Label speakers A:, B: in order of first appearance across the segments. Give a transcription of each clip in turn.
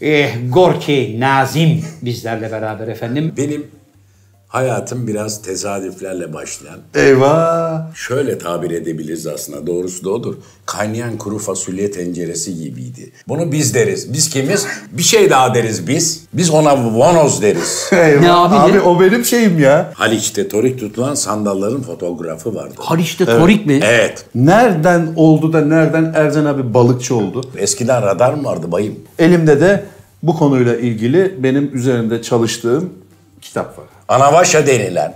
A: Eh, Gorki Nazim bizlerle beraber efendim.
B: Benim hayatım biraz tesadüflerle başlayan,
C: Eyvah.
B: şöyle tabir edebiliriz aslında doğrusu da odur. Kaynayan kuru fasulye tenceresi gibiydi. Bunu biz deriz. Biz kimiz? Bir şey daha deriz biz. Biz ona vonoz deriz.
C: Eyvah.
A: Ne abi, ne?
C: o benim şeyim ya.
B: Haliç'te torik tutulan sandalların fotoğrafı vardı.
A: Haliç'te torik mi?
B: Evet.
C: Nereden oldu da nereden Erzen abi balıkçı oldu?
B: Eskiden radar mı vardı bayım?
C: Elimde de bu konuyla ilgili benim üzerinde çalıştığım kitap var.
B: Anavaşa denilen.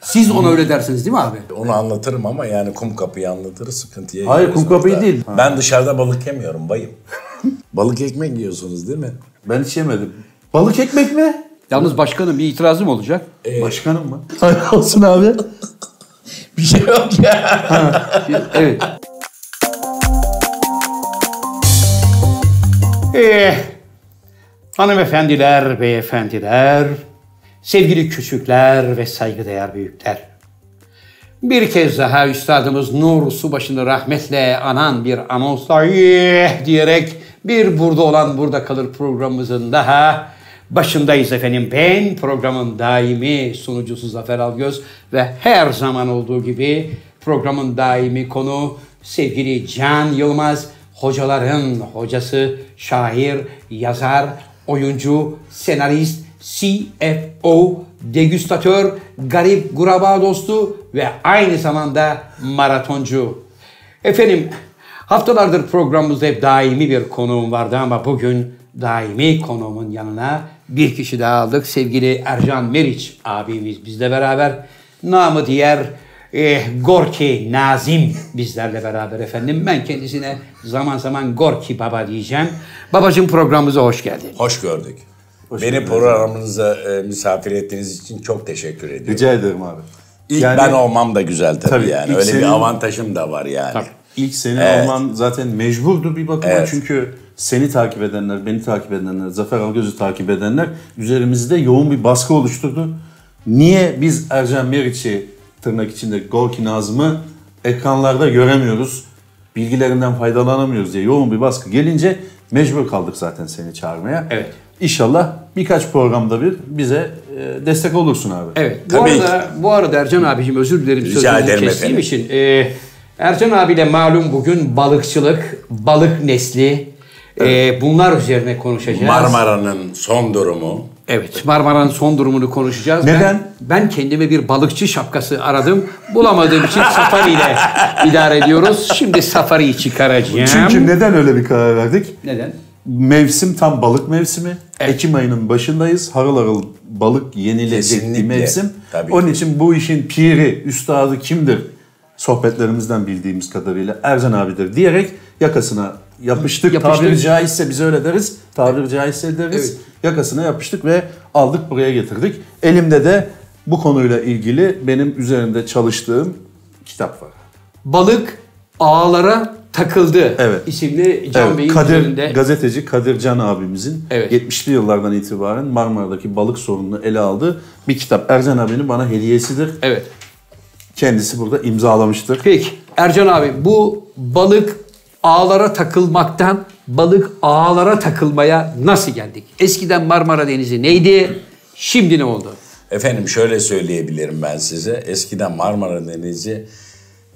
A: Siz ona öyle dersiniz değil mi abi?
B: Onu anlatırım ama yani kum kapıyı anlatırız sıkıntıya
C: Hayır,
B: gireriz
C: kum kapıyı
B: orada.
C: değil.
B: Ben dışarıda balık yemiyorum bayım. balık ekmek yiyorsunuz değil mi?
C: Ben hiç yemedim. Balık ekmek mi?
A: Yalnız başkanım bir itirazım olacak.
C: Başkanım mı? Hayır olsun abi.
B: Bir şey yok ya.
A: Evet. Eh, hanımefendiler, beyefendiler, sevgili küçükler ve saygıdeğer büyükler. Bir kez daha üstadımız Nur Subaşı'nı rahmetle anan bir anonsla "Eh!" diyerek bir burada olan burada kalır programımızın daha başındayız efendim. Ben programın daimi sunucusu Zafer Algöz ve her zaman olduğu gibi programın daimi konu sevgili Can Yılmaz hocaların hocası, şair, yazar, oyuncu, senarist, CFO, degüstatör, garip guraba dostu ve aynı zamanda maratoncu. Efendim haftalardır programımızda hep daimi bir konuğum vardı ama bugün daimi konuğumun yanına bir kişi daha aldık. Sevgili Ercan Meriç abimiz bizle beraber. Namı diğer eh, Gorki Nazim bizlerle beraber efendim. Ben kendisine zaman zaman Gorki Baba diyeceğim. Babacığım programımıza hoş geldin.
B: Hoş gördük. Beni programınıza e, misafir ettiğiniz için çok teşekkür ediyorum.
C: Rica ederim abi.
B: İlk
C: Yani-
B: ben olmam da güzel tabii,
C: Tabii,
B: yani.
C: ilk
B: Öyle
C: senin-
B: bir avantajım da var yani.
C: İlk senin olman zaten mecburdu bir bakıma
B: Evet.
C: çünkü seni takip edenler, beni takip edenler, Zafer Algöz'ü takip edenler üzerimizde yoğun bir baskı oluşturdu. Niye biz Ercan Meriç'i tırnak içinde Gorki Nazım'ı ekranlarda göremiyoruz, bilgilerinden faydalanamıyoruz diye yoğun bir baskı gelince mecbur kaldık zaten seni çağırmaya.
A: Evet.
C: İnşallah birkaç programda bir bize e, destek olursun abi.
A: Evet. Bu
B: Tabii
A: arada, bu arada Ercan abicim özür dilerim
B: Rica
A: sözünü
B: ederim
A: kestiğim
B: efendim.
A: için. Ee, Ercan abiyle malum bugün balıkçılık, balık nesli ee, bunlar üzerine konuşacağız.
B: Marmara'nın son durumu.
A: Evet, Marmara'nın son durumunu konuşacağız.
C: Neden?
A: Ben, ben kendime bir balıkçı şapkası aradım. Bulamadığım için safari ile idare ediyoruz. Şimdi safariyi çıkaracağım.
C: Çünkü neden öyle bir karar verdik?
A: Neden?
C: Mevsim tam balık mevsimi. Ekim ayının başındayız. Harıl harıl balık yenilecek bir
B: Kesinlikle.
C: mevsim.
B: Tabii
C: Onun
B: ki.
C: için bu işin piri, üstadı kimdir? Sohbetlerimizden bildiğimiz kadarıyla Erzen abidir diyerek yakasına yapıştık.
A: Yapıştık.
C: Tabiri caizse biz öyle deriz. Tabiri caizse deriz. Yakasına yapıştık ve aldık buraya getirdik. Elimde de bu konuyla ilgili benim üzerinde çalıştığım kitap var.
A: Balık ağlara takıldı.
C: Evet.
A: İsimli Can
C: Evet,
A: Bey'in
C: Kadir,
A: üzerinde.
C: Gazeteci Kadir Can abimizin
A: Evet.
C: 70'li yıllardan itibaren Marmara'daki balık sorununu ele aldığı bir kitap. Ercan abinin bana hediyesidir.
A: Evet.
C: Kendisi burada imzalamıştır.
A: Peki Ercan abi bu balık ağlara takılmaktan balık ağlara takılmaya nasıl geldik? Eskiden Marmara Denizi neydi? Şimdi ne oldu?
B: Efendim şöyle söyleyebilirim ben size. Eskiden Marmara Denizi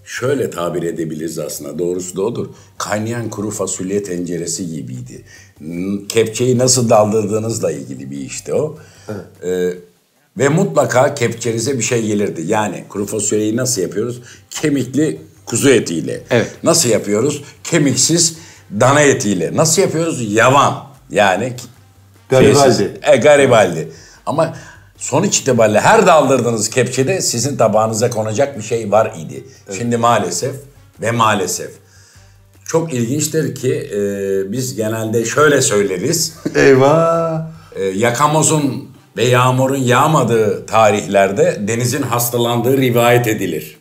B: şöyle tabir edebiliriz aslında. Doğrusu da odur. Kaynayan kuru fasulye tenceresi gibiydi. N- Kepçeyi nasıl daldırdığınızla ilgili bir işti o. Ee, ve mutlaka kepçenize bir şey gelirdi. Yani kuru fasulyeyi nasıl yapıyoruz? Kemikli kuzu etiyle.
A: Evet.
B: Nasıl yapıyoruz? Kemiksiz dana etiyle. Nasıl yapıyoruz? Yavan. Yani
C: Garibaldi.
B: Şeysiz- E, garibaldi. Ama sonuç itibariyle her daldırdığınız kepçede sizin tabağınıza konacak bir şey var idi. Şimdi maalesef ve maalesef. Çok ilginçtir ki e, biz genelde şöyle söyleriz.
C: Eyvah!
B: E, yakamozun ve yağmurun yağmadığı tarihlerde denizin hastalandığı rivayet edilir.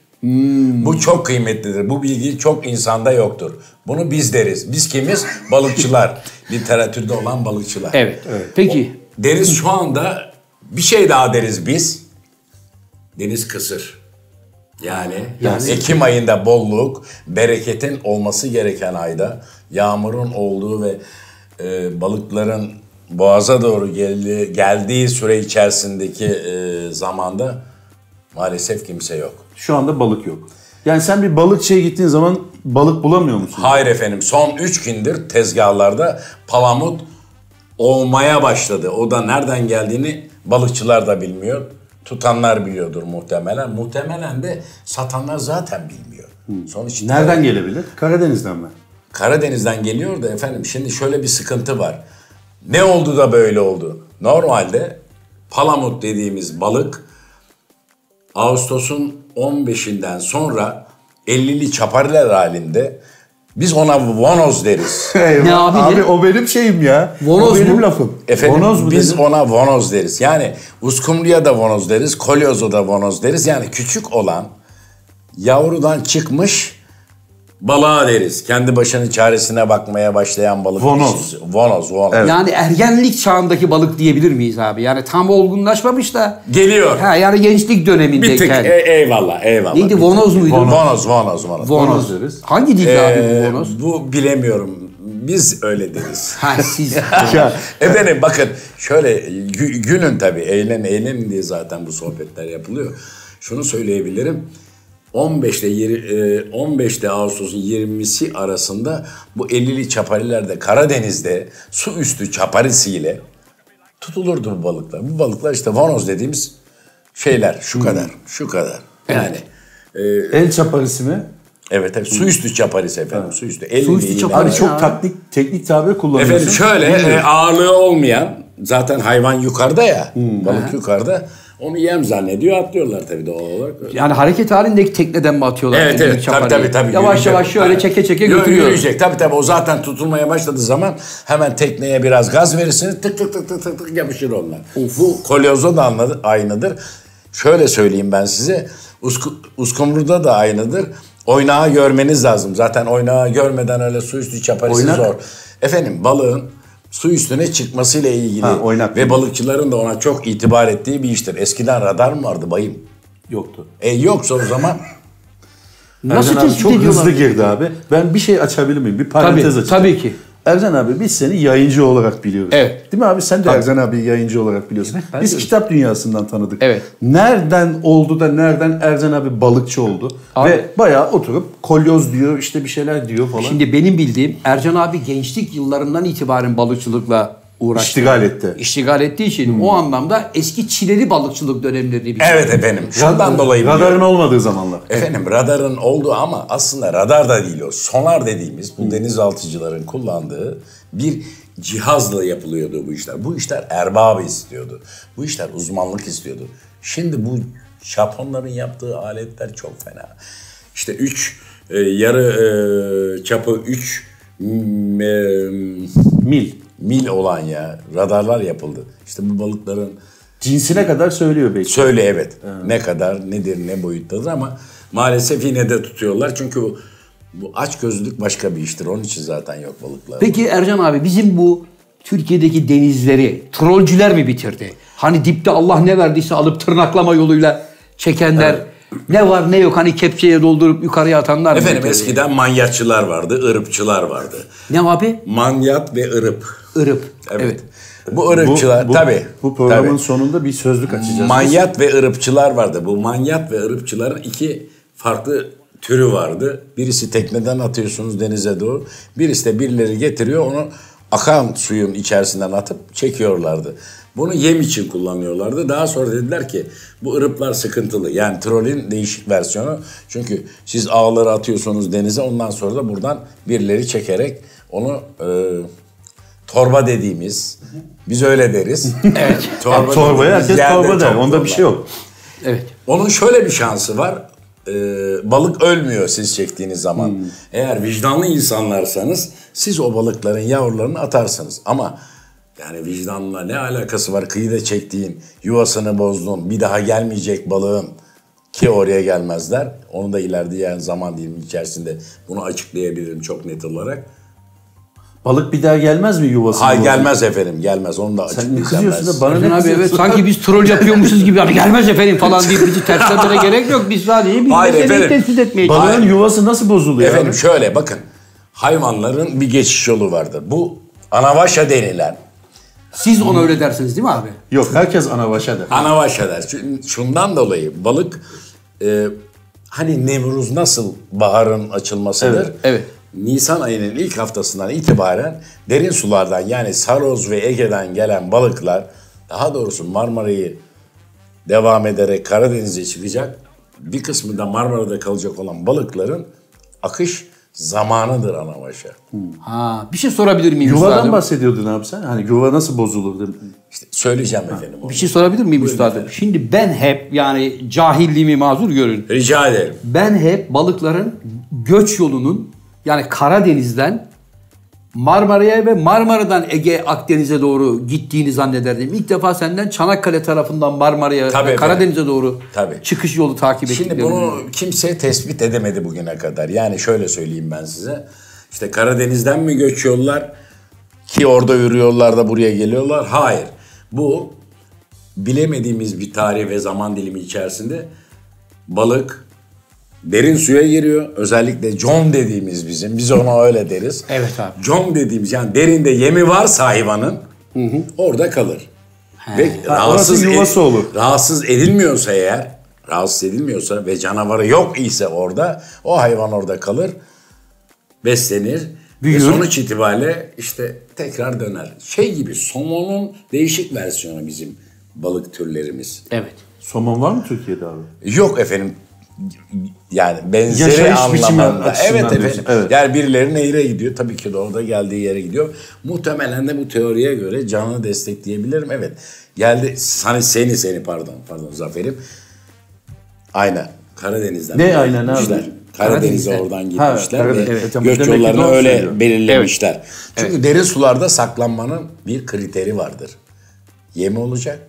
B: Bu çok kıymetlidir. Bu bilgi çok insanda yoktur. Bunu biz deriz. Biz kimiz? Balıkçılar. Literatürde olan balıkçılar.
A: Peki
B: Deniz şu anda bir şey daha deriz biz. Deniz kısır. Yani, Ekim ayında bolluk, bereketin olması gereken ayda yağmurun olduğu ve e, balıkların Boğaz'a doğru geldi, geldiği süre içerisindeki e, zamanda maalesef kimse yok.
C: Şu anda balık yok. Yani sen bir balıkçıya gittiğin zaman balık bulamıyor musun?
B: Hayır efendim son 3 gündür tezgahlarda palamut olmaya başladı. O da nereden geldiğini balıkçılar da bilmiyor. Tutanlar biliyordur muhtemelen. Muhtemelen de satanlar zaten bilmiyor. Sonuç itibariyle-
C: Nereden gelebilir? Karadeniz'den mi?
B: Karadeniz'den geliyor da efendim şimdi şöyle bir sıkıntı var. Ne oldu da böyle oldu? Normalde palamut dediğimiz balık Ağustos'un 15'inden sonra 50'li çaparlar halinde biz ona vanoz deriz.
A: Ne abi
C: abi
A: dedi?
C: o benim şeyim ya.
A: Vanoz
C: o benim
A: mu?
C: lafım.
B: Efendim
C: Vanoz mu
B: biz
C: dedin?
B: ona vanoz deriz. Yani uskumruya da vanoz deriz, kolyozo da vanoz deriz. Yani küçük olan yavrudan çıkmış balığa deriz. Kendi başının çaresine bakmaya başlayan balık.
C: Vanoz.
B: Vanoz, vanoz.
A: Yani ergenlik çağındaki balık diyebilir miyiz abi? Yani tam olgunlaşmamış da.
B: Geliyor.
A: Ha yani gençlik
B: Bir tık
A: dönemindeyken.
B: e- eyvallah eyvallah.
A: Neydi
B: Bir
A: Vonoz
B: tık.
A: muydu?
B: Vonoz Vonoz Vonoz.
A: Vonoz.
C: deriz.
A: Hangi dildi abi
B: Ee,
A: bu Vonoz?
B: bu bilemiyorum. Biz öyle deriz.
A: Ha siz.
C: Ya,
B: Efendim bakın şöyle gü- gülün tabii eğlen eğlen diye zaten bu sohbetler yapılıyor. Şunu söyleyebilirim. 15'te yeri- e, 15'te Ağustos'un 20'si arasında bu 50'li çaparilerde Karadeniz'de su üstü çaparisiyle tutulurdu bu balıklar. Bu balıklar işte vanoz dediğimiz şeyler şu kadar şu kadar. Yani
C: el çaparısı mı?
B: Evet, evet. Su üstü çaparisi efendim. Su üstü. Elle
A: Su üstü
B: değil
A: çaparı
C: Abi
B: yani.
A: Evet.
C: çok taktik, teknik tabir kullanıyorsun.
B: Efendim şöyle e, ağırlığı olmayan zaten hayvan yukarıda ya. Balık yukarıda. Onu yem zannediyor atlıyorlar tabii doğal olarak.
A: Yani hareket halindeki tekneden mi atıyorlar?
B: Evet
A: elini
B: evet tabii
A: çaparıyı?
B: tabii. tabii
A: Yavaş
B: yürüyecek.
A: yavaş şöyle
B: Aynen.
A: çeke çeke
B: Yürü-
A: götürüyor.
B: Yürüyecek tabii tabii o zaten tutulmaya başladığı zaman hemen tekneye biraz gaz verirsiniz tık tık tık tık tık, tık yapışır onlar. Bu kolyozo da anladı- aynıdır. Şöyle söyleyeyim ben size usku, uskumruda da aynıdır. Oynağı görmeniz lazım. Zaten oynağı görmeden öyle su üstü çaparisi
C: Oynak?
B: zor. Efendim balığın su üstüne çıkmasıyla ilgili
C: Ha, oynak.
B: ve balıkçıların da ona çok itibar ettiği bir iştir. Eskiden radar mı vardı bayım?
C: Yoktu.
B: E yoksa o zaman
A: Nasıl
C: Ercan abi
A: tespit
C: çok
A: ediyorlar?
C: hızlı girdi abi. Ben bir şey açabilir miyim? Bir parantez
A: Tabii,
C: açayım.
A: tabii ki.
C: Ercan abi biz seni yayıncı olarak biliyoruz.
A: Evet.
C: Değil mi abi? Sen de Ercan abi yayıncı olarak biliyorsun.
A: Evet, ben
C: biz
A: biliyorum.
C: kitap dünyasından tanıdık.
A: Evet.
C: Nereden oldu da nereden Ercan abi balıkçı oldu?
A: Abi-
C: Ve bayağı oturup kolyoz diyor işte bir şeyler diyor falan. Şimdi
A: Şimdi benim bildiğim Ercan abi gençlik yıllarından itibaren balıkçılıkla uğraştı.
C: İştigal etti.
A: İştigal ettiği için o anlamda eski çileli balıkçılık dönemlerini biliyor.
B: Hmm. evet efendim şundan
C: Radar-
B: dolayı biliyorum.
C: Radarın olmadığı zamanlar.
B: Efendim radarın olduğu ama aslında radar da değil o. Sonar dediğimiz bu denizaltıcıların kullandığı bir cihazla yapılıyordu bu işler. Bu işler erbabı istiyordu. Bu işler uzmanlık istiyordu. Şimdi bu Japonların yaptığı aletler çok fena. İşte 3 yarı e, çapı 3
C: Mil.
B: mil olan ya radarlar yapıldı. İşte bu balıkların
C: Cinsine kadar söylüyor belki.
B: Söyle evet. Ne kadar, nedir, ne boyuttadır ama maalesef yine de tutuyorlar. Çünkü bu, bu açgözlülük başka bir iştir. Onun için zaten yok balıklar.
A: Peki Ercan abi bizim bu Türkiye'deki denizleri trollcüler mi bitirdi? Hani dipte Allah ne verdiyse alıp tırnaklama yoluyla çekenler ne var ne yok hani kepçeye doldurup yukarıya atanlar mı?
B: Efendim
A: bitirdi?
B: eskiden manyatçılar vardı, ırıpçılar vardı.
A: Ne abi?
B: Manyat ve ırıp.
A: Irıp.
B: Evet.
A: Evet.
B: Bu ırıpçılar
C: bu,
B: tabii.
C: Bu programın
B: tabii.
C: sonunda bir sözlük açacağız.
B: Manyat ve ırıpçılar vardı. Bu manyat ve ırıpçıların iki farklı türü vardı. Birisi tekneden atıyorsunuz denize doğru. Birisi de birileri getiriyor onu akan suyun içerisinden atıp çekiyorlardı. Bunu yem için kullanıyorlardı. Daha sonra dediler ki bu ırıplar sıkıntılı. Yani trolün değişik versiyonu. Çünkü siz ağları atıyorsunuz denize ondan sonra da buradan birileri çekerek onu e, torba dediğimiz biz öyle deriz. Evet.
C: Abi torbaya herkes torba der. Onda bir şey yok.
A: Evet.
B: Onun şöyle bir şansı var. Ee, balık ölmüyor siz çektiğiniz zaman.
C: Hmm.
B: Eğer vicdanlı insanlarsanız siz o balıkların yavrularını atarsınız. Ama yani vicdanla ne alakası var? Kıyıda çektiğin, yuvasını bozdun, bir daha gelmeyecek balığın ki oraya gelmezler. Onu da ileride yani zaman dilimi içerisinde bunu açıklayabilirim çok net olarak.
C: Balık bir daha gelmez mi yuvasına?
B: Hayır
C: doğru?
B: gelmez efendim gelmez onu da
C: Sen ne
B: açıklayacağım. ben
C: kızıyorsun
B: size.
C: da bana
A: Ercan
C: ne
A: abi
C: kızıyorsun?
A: evet sanki biz troll yapıyormuşuz gibi yani gelmez efendim falan deyip bizi terslemene gerek yok. Biz sadece bir
B: Hayır
A: meseleyi
B: efendim.
A: tespit etmeye
C: Balığın
B: Hayır.
C: yuvası nasıl bozuluyor?
B: Efendim
C: abi?
B: şöyle bakın. Hayvanların bir geçiş yolu vardır. Bu anavaşa denilen
A: Siz ona öyle dersiniz değil mi abi?
C: Yok herkes anavaşa der.
B: Anavaş eder. Çünkü Şundan dolayı balık e, hani Nevruz nasıl baharın açılmasıdır?
C: Evet,
A: evet.
B: Nisan ayının ilk haftasından itibaren derin sulardan yani Saroz ve Ege'den gelen balıklar daha doğrusu Marmara'yı devam ederek Karadeniz'e çıkacak. Bir kısmı da Marmara'da kalacak olan balıkların akış zamanıdır anavaşa.
A: Ha, bir şey sorabilir miyim
C: Yuvadan
A: üstadım?
C: bahsediyordun abi sen. Hani yuva nasıl bozulur? dedim.
B: İşte söyleyeceğim efendim onu.
A: Bir şey sorabilir miyim üstadım? Şimdi ben hep yani cahilliğimi mazur görün.
B: Rica ederim.
A: Ben hep balıkların göç yolunun yani Karadeniz'den Marmara'ya ve Marmara'dan Ege Akdeniz'e doğru gittiğini zannederdim. İlk defa senden Çanakkale tarafından Marmara'ya
B: Tabii
A: ve
B: efendim.
A: Karadeniz'e doğru
B: Tabii.
A: çıkış yolu takip ettiklerini.
B: Şimdi bunu kimse tespit edemedi bugüne kadar. Yani şöyle söyleyeyim ben size. İşte Karadeniz'den mi göçüyorlar ki orada yürüyorlar da buraya geliyorlar? Hayır. Bu bilemediğimiz bir tarih ve zaman dilimi içerisinde balık derin suya giriyor. Özellikle com dediğimiz bizim. Biz ona öyle deriz.
A: Evet abi.
B: Com dediğimiz yani derinde yemi varsa hayvanın orada kalır. Ve rahatsız,
C: orası yuvası
B: ed-
C: olur.
B: rahatsız edilmiyorsa eğer, rahatsız edilmiyorsa ve canavarı yok ise orada o hayvan orada kalır, beslenir.
A: Büyür.
B: Ve sonuç itibariyle işte tekrar döner. Şey gibi somonun değişik versiyonu bizim balık türlerimiz.
A: Evet.
C: Somon var mı Türkiye'de abi?
B: Yok efendim yani benzeri
C: Yaşayış biçimi
B: anlamında.
C: açısından
B: Evet efendim.
C: diyorsun, evet.
B: Yani birileri nehire gidiyor. Tabii ki de orada geldiği yere gidiyor. Muhtemelen de bu teoriye göre canlı destekleyebilirim. Evet. Geldi hani seni seni pardon pardon Zafer'im. Aynen. Karadeniz'den.
C: Ne
B: buraya
C: aynen abi?
B: gitmişler. Karadeniz'e
A: Karadeniz'den.
B: oradan gitmişler
C: Karadeniz.
B: ve
C: Evet, tamam.
B: göç
C: Demek ki
B: yollarını
C: doğru
B: öyle
C: söylüyor.
B: belirlemişler. Çünkü derin sularda saklanmanın bir kriteri vardır. Yemi olacak,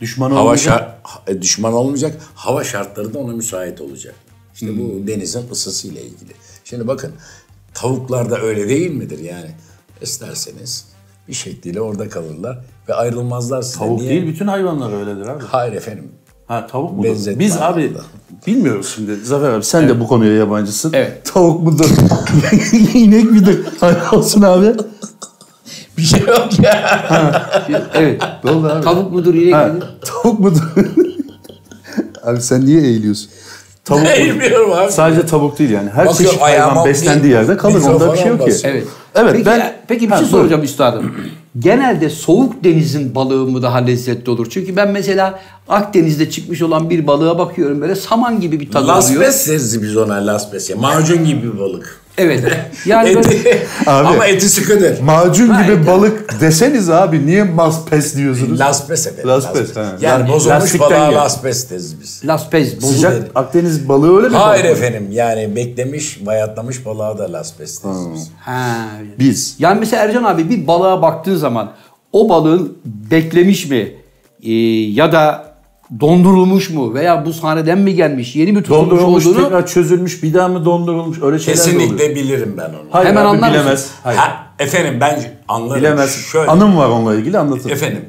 C: Düşman
B: Hava
C: olmayacak.
B: şar- ha- e, düşman olmayacak. Hava şartları da ona müsait olacak. İşte bu denizin ısısıyla ilgili. Şimdi bakın tavuklarda öyle değil midir yani? İsterseniz bir şekliyle orada kalırlar ve ayrılmazlar size.
C: Tavuk
B: Niye?
C: değil bütün hayvanlar öyledir abi.
B: Hayır efendim.
C: Ha tavuk mu?
B: Benzetme
C: Biz abi
B: anlamında.
C: bilmiyoruz şimdi Zafer abi sen de bu konuya yabancısın.
A: Evet.
C: Tavuk mudur? İnek midir? Hayır olsun abi.
B: Bir şey yok ya.
A: Evet.
C: Ne oldu abi?
A: Tavuk mudur inek
C: Ha,
A: midir?
C: tavuk mudur? abi sen niye eğiliyorsun? Tavuk mudur?
B: Bilmiyorum abi.
C: Sadece tavuk değil yani. Her
B: Bakıyor
C: çeşit hayvan
B: ayağıma
C: beslendiği
B: bir-
C: yerde kalır. Onda bir şey yok ki.
B: mikrofona
A: Evet.
C: Evet
A: peki,
C: ben...
A: peki bir
C: Ha,
A: şey
C: buyur.
A: soracağım üstadım. Genelde soğuk denizin balığı mı daha lezzetli olur? Çünkü ben mesela Akdeniz'de çıkmış olan bir balığa bakıyorum böyle saman gibi bir tadı oluyor.
B: Laspes deriz biz ona laspes. ya. Macun gibi bir balık.
A: Evet. Yani böyle
B: Eti-
C: Abi.
B: Ama eti sıkıdır.
C: Macun
A: Ha,
C: gibi
A: evet.
C: balık deseniz abi niye maspes diyorsunuz?
B: Laspes efendim.
C: Laspes,
B: laspes.
C: ha.
B: Yani
C: Yani
B: bozulmuş
C: lastikten
B: balığa
C: gel.
B: laspes deriz biz.
A: laspez, bozuk.
C: Sıcak Akdeniz balığı öyle mi?
B: Hayır efendim yani beklemiş, bayatlamış balığa da las besleriz.
A: Ha.
C: Biz.
A: Yani mesela Ercan abi bir balığa baktığın zaman o balığın beklemiş mi Ee, ya da dondurulmuş mu veya buzhaneden mi gelmiş yeni mi tutulmuş
C: Dondurulmuş,
A: olduğunu
C: tekrar çözülmüş, bir daha mı dondurulmuş? Öyle şeyler de oluyor.
B: Kesinlikle bilirim ben onu.
C: Hayır
A: Hemen
C: abi,
A: anlar
C: bilemez.
A: mısın?
C: Hayır.
B: Ha, efendim ben anlarım.
C: Bilemez.
B: Şöyle,
C: Anım var onunla ilgili anlatırım.
B: efendim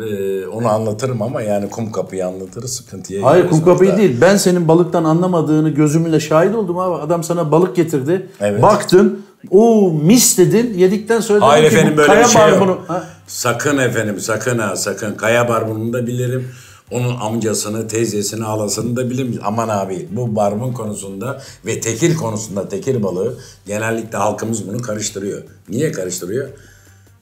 B: e, onu anlatırım ama yani kum kapıyı anlatırız sıkıntıya
C: Hayır
B: gireriz
C: kum kapıyı
B: orada.
C: değil. Ben senin balıktan anlamadığını gözümle şahit oldum abi. Adam sana balık getirdi.
B: Evet.
C: Baktın. O mis dedin. Yedikten sonra dedin
B: Hayır
C: ki
B: efendim
C: bu
B: böyle
C: kaya
B: bir şey yok.
C: barbunu- Ha?
B: Sakın efendim sakın ha sakın. Kaya barbununu da bilirim. Onun amcasını, teyzesini, halasını da bilirim. Aman abi bu barbun konusunda ve tekir konusunda tekir balığı genellikle halkımız bunu karıştırıyor. Niye karıştırıyor?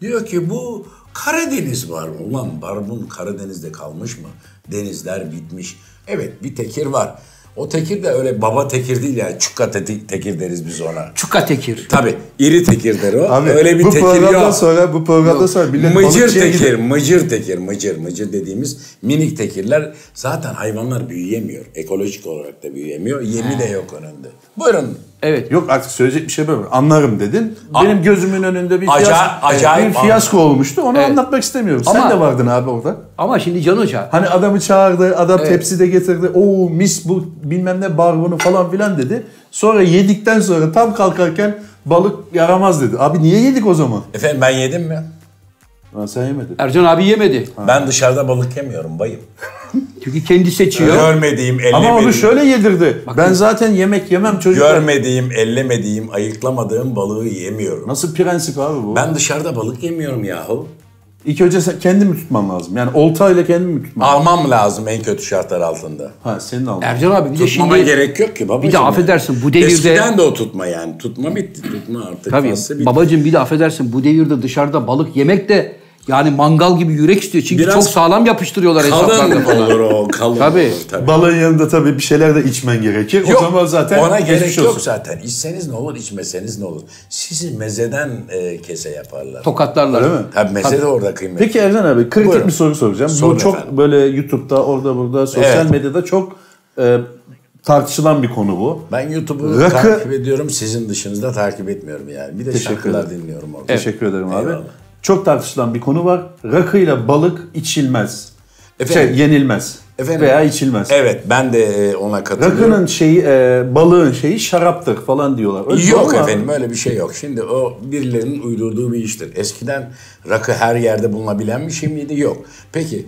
B: Diyor ki bu Karadeniz var mı? Ulan barbun Karadeniz'de kalmış mı? Denizler bitmiş. Evet bir tekir var. O tekir de öyle baba tekir değil yani çukka te- tekir deriz biz ona.
A: Çuka tekir.
B: Tabii iri tekirdir o.
C: Abi,
B: Öyle bir
C: bu
B: tekir
C: programdan
B: yok.
C: sonra bu programdan sonra millet
B: Mıcır
C: balıkçıya
B: tekir,
C: gidiyor.
B: mıcır tekir, mıcır, mıcır dediğimiz minik tekirler. Zaten hayvanlar büyüyemiyor. Ekolojik olarak da büyüyemiyor. Yemi de yok önünde. Buyurun.
A: Evet.
C: Yok artık söyleyecek bir şey yok. Anlarım dedin.
B: A-
C: Benim gözümün önünde bir,
B: Aca-
C: fiyas- e,
B: acayip
C: bir fiyasko olmuştu. Onu anlatmak istemiyorum.
A: Ama-
C: Sen de vardın abi orada.
A: Ama şimdi Can Hoca
C: Hani adamı çağırdı, adam tepsi de getirdi. Oo mis bu bilmem ne barbunu falan filan dedi. Sonra yedikten sonra tam kalkarken balık yaramaz dedi. Abi niye yedik o zaman?
B: Efendim ben yedim mi?
C: Lan sen yemedin.
A: Ercan abi yemedi.
B: Ben dışarıda balık yemiyorum bayım.
A: Çünkü kendi seçiyor.
B: Görmediğim,
C: Ama onu
B: ellemediğim,
C: şöyle şey- yedirdi. Ben zaten yemek yemem çocuklar.
B: görmediğim, ellemediğim, ayıklamadığım balığı yemiyorum.
C: Nasıl prensip abi bu?
B: Ben dışarıda balık yemiyorum yahu.
C: İlk önce sen kendimi tutman lazım. Yani oltayla kendimi tutman
B: Almam lazım en kötü şartlar altında.
C: Ha senin alman.
B: Er-
A: Ercan abi bir de
B: Tutmama
A: şimdi
B: gerek yok ki babacığım.
A: Bir de affedersin, bu devirde-
B: Eskiden de o tutma yani. Tutma bitti. Tutma artık.
A: tabii
B: faslı bitti.
A: babacığım bir de affedersin bu devirde dışarıda balık yemek de yani mangal gibi yürek istiyor. Çünkü
B: Biraz
A: çok sağlam yapıştırıyorlar hesaplarda
B: Kalın
A: falan.
B: olur o. Kalın
A: Tabii.
B: olur tabii.
C: Balığın yanında tabii bir şeyler de içmen gerekir. o zaman zaten
B: ona
C: geçmiş
B: gerek yok
C: olsun.
B: zaten. İçseniz ne olur, içmeseniz ne olur. Sizi mezeden e, kese yaparlar.
A: Tokatlarlar.
C: Öyle mi?
B: Tabii meze de orada kıymetli.
C: Peki Ercan abi kritik
B: Buyurun.
C: bir soru soracağım.
B: Sorun
C: Bu çok
B: efendim.
C: böyle YouTube'da orada burada sosyal
B: Evet.
C: medyada çok e, tartışılan bir konu bu.
B: Ben YouTube'u
C: Rakı-
B: takip ediyorum. Sizin dışınızda takip etmiyorum yani. Bir de
C: Teşekkür
B: şarkılar dinliyorum orada.
C: Teşekkür ederim abi.
B: Eyvallah.
C: Çok tartışılan bir konu var. Rakıyla balık içilmez.
B: Efendim?
C: Şey yenilmez.
B: Efendim?
C: Veya içilmez.
B: Evet ben de e, ona katılıyorum.
C: Rakının şeyi e, balığın şeyi şaraptır falan diyorlar. Öyle
B: Yok
C: vallahi-
B: efendim öyle bir şey yok. Şimdi o birilerinin uydurduğu bir iştir. Eskiden rakı her yerde bulunabilen bir şey miydi? Yok. Peki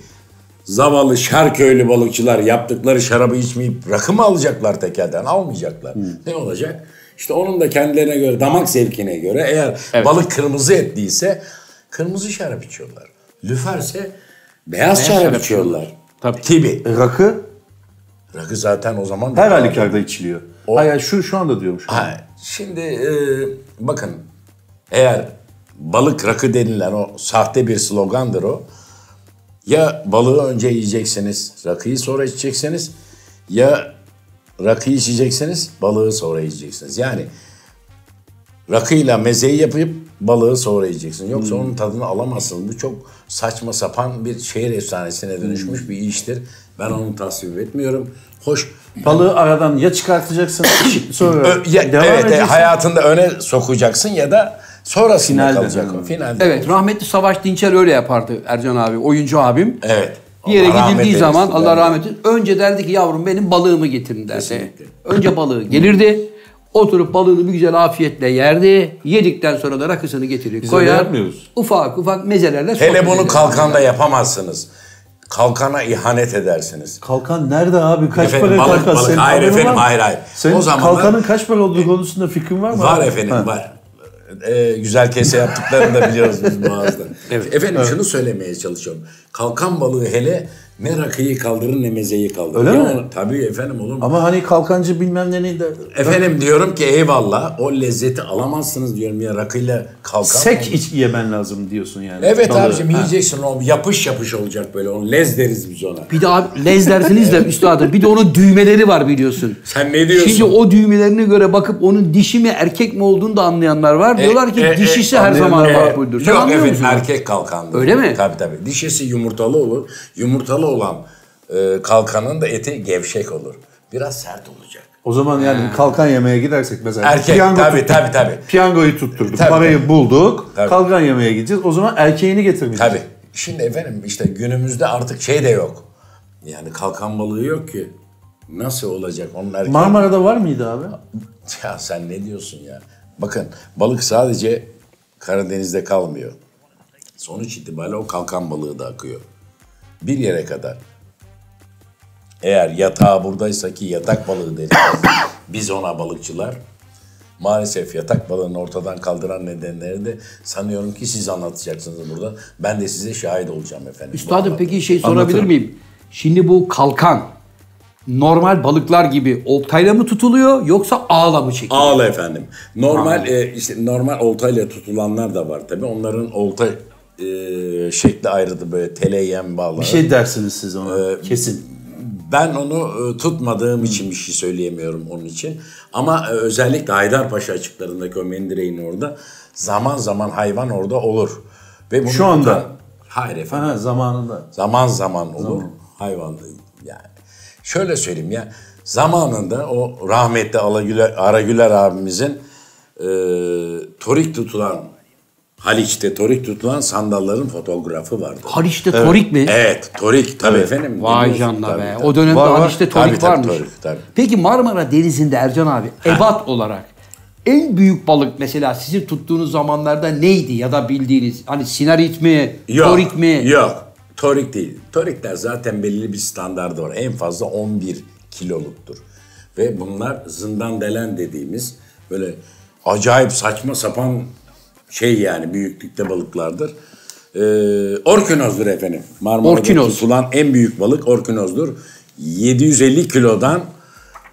B: zavallı şarköylü balıkçılar yaptıkları şarabı içmeyip rakı mı alacaklar tekelden? Almayacaklar. Ne olacak? İşte onun da kendilerine göre damak zevkine göre eğer balık kırmızı etliyse kırmızı şarap içiyorlar. Lüferse beyaz şarap,
A: şarap
B: içiyorlar.
A: Tabii.
B: Gibi.
C: E, Rakı
B: Rakı zaten o zaman
C: her halükarda içiliyor. Hayır şu şu anda diyorum şu.
B: Ha, şimdi e, bakın eğer balık rakı denilen o sahte bir slogandır o. Ya balığı önce yiyeceksiniz, rakıyı sonra içeceksiniz. Ya rakıyı içeceksiniz, balığı sonra yiyeceksiniz. Yani rakıyla mezeyi yapıp balığı sonra yiyeceksin. Yoksa onun tadını alamazsın. Bu çok saçma sapan bir şehir efsanesine dönüşmüş bir iştir. Ben onu tasvip etmiyorum. Hoş
C: Balığı aradan ya çıkartacaksın sonra
B: Ö- ya-
C: devam
B: evet, e,
C: edeceksin.
B: hayatında öne sokacaksın ya da sonrasında
C: Finalde.
B: kalacak o. Finalde.
A: Evet rahmetli Savaş Dinçer öyle yapardı Ercan abi. Oyuncu abim.
B: Evet.
A: Bir yere
B: Allah rahmet
A: gidildiği
B: eylesin
A: zaman
B: ben
A: Allah
B: de.
A: rahmet eylesin. Önce derdi ki yavrum benim balığımı getirin derdi.
B: Kesinlikle.
A: Önce balığı gelirdi. Oturup balığını bir güzel afiyetle yerdi. Yedikten sonra da rakısını getirir
C: Biz öyle
A: koyar.
C: yapmıyoruz.
A: Ufak ufak mezelerle
B: Hele
A: sohbet
B: bunu
A: eder.
B: kalkanda yapamazsınız. Kalkana ihanet edersiniz.
C: Kalkan nerede abi? Kaç
B: Efendim,
C: para
B: balık,
C: kalkan?
B: balık.
C: Senin
B: Hayır
C: haberin
B: efendim,
C: var mı?
B: hayır, hayır.
C: Senin
B: O zamanlar-
C: kalkanın kaç para olduğu konusunda fikrin var mı?
B: Var
C: abi?
B: efendim
C: Ha.
B: var. Ee, güzel kese yaptıklarını da biliyoruz biz Boğaz'da. Efendim şunu söylemeye çalışıyorum. Kalkan balığı hele ne rakıyı kaldırır ne mezeyi kaldırır.
C: Öyle
B: Ya
C: mi?
B: o- Tabii efendim olur mu?
C: Ama hani kalkancı bilmem ne neydi.
B: Efendim diyorum ki eyvallah o lezzeti alamazsınız diyorum ya rakıyla kalkan.
C: Sek iç yemen lazım diyorsun yani.
B: Evet
C: Balığı.
B: abicim
C: Ha.
B: yiyeceksin o yapış yapış olacak böyle. Onu lez deriz biz ona.
A: Bir de abi lez dersiniz de üstadım. Bir de onun düğmeleri var biliyorsun.
B: Sen ne diyorsun?
A: Şimdi o düğmelerine göre bakıp onun dişi mi erkek mi olduğunu da anlayanlar var. Diyorlar ki
B: e, e,
A: dişisi her zaman
B: anlayanlar-
A: makbuldür. Sen
B: Yok
A: anlıyor
B: evet
A: musun?
B: erkek kalkandır.
A: Öyle mi?
B: Tabii tabii. Dişisi yumurtalı olur. Yumurtalı olan e, kalkanın da eti gevşek olur. Biraz sert olacak.
C: O zaman yani kalkan yemeye gidersek mesela.
B: Erkek tabii,
C: tuttuk.
B: tabii, tabii.
C: Piyangoyu tutturduk.
B: Tabii,
C: parayı bulduk.
B: Tabii.
C: Kalkan yemeye gideceğiz. O zaman erkeğini getirmeyeceğiz.
B: Tabii. Şimdi efendim işte günümüzde artık şey de yok. Yani kalkan balığı yok ki. Nasıl olacak onun erkeği?
C: Marmara'da var mıydı abi?
B: Ya sen ne diyorsun ya? Bakın balık sadece Karadeniz'de kalmıyor. Sonuç itibariyle o kalkan balığı da akıyor. Bir yere kadar. Eğer yatağı buradaysa ki yatak balığı deriz. Biz ona balıkçılar. Maalesef yatak balığını ortadan kaldıran nedenleri de sanıyorum ki siz anlatacaksınız burada. Ben de size şahit olacağım efendim.
A: Üstadım peki şey sorabilir
C: Anlatırım.
A: miyim? Şimdi bu kalkan normal balıklar gibi oltayla mı tutuluyor yoksa ağla mı çekiliyor?
B: Ağla efendim. Normal e, işte normal oltayla tutulanlar da var tabii. Onların olta e, şekli ayrıdır böyle teleyen bağlar.
C: Bir şey dersiniz siz ona.
B: Ee,
C: Kesin.
B: Ben onu e, tutmadığım için bir şey söyleyemiyorum onun için. Ama e, özellikle Haydarpaşa açıklarındaki o mendireğin orada zaman zaman hayvan orada olur. Ve bunu
C: Şu anda?
B: tutan- Hayır efendim.
C: Ha, zamanında.
B: Zaman zaman olur. Hayvan yani. Şöyle söyleyeyim ya. Zamanında o rahmetli Alagüler, Aragüler abimizin e, torik tutulan Haliç'te torik tutulan sandalların fotoğrafı vardı.
A: Haliç'te torik mi?
B: Evet, torik tabii efendim.
A: Vay
B: Biliyorsun
A: canına
B: tabii,
A: be.
B: tabii.
A: O dönemde
C: Var, var.
A: Haliç'te torik
B: Tabii, tabii,
A: varmış.
B: torik, tabii.
A: Peki Marmara Denizi'nde Ercan abi ebat olarak en büyük balık mesela sizin tuttuğunuz zamanlarda neydi ya da bildiğiniz? Hani sinarit mi, torik mi?
B: Yok. Torik değil. Torikler zaten belli bir standardı var. En fazla 11 kiloluktur. Ve bunlar zindan delen dediğimiz böyle acayip saçma sapan şey yani büyüklükte balıklardır. Ee, orkinozdur efendim. Marmara'da
A: Orkinoz.
B: tutulan en büyük balık orkinozdur. 750 kilodan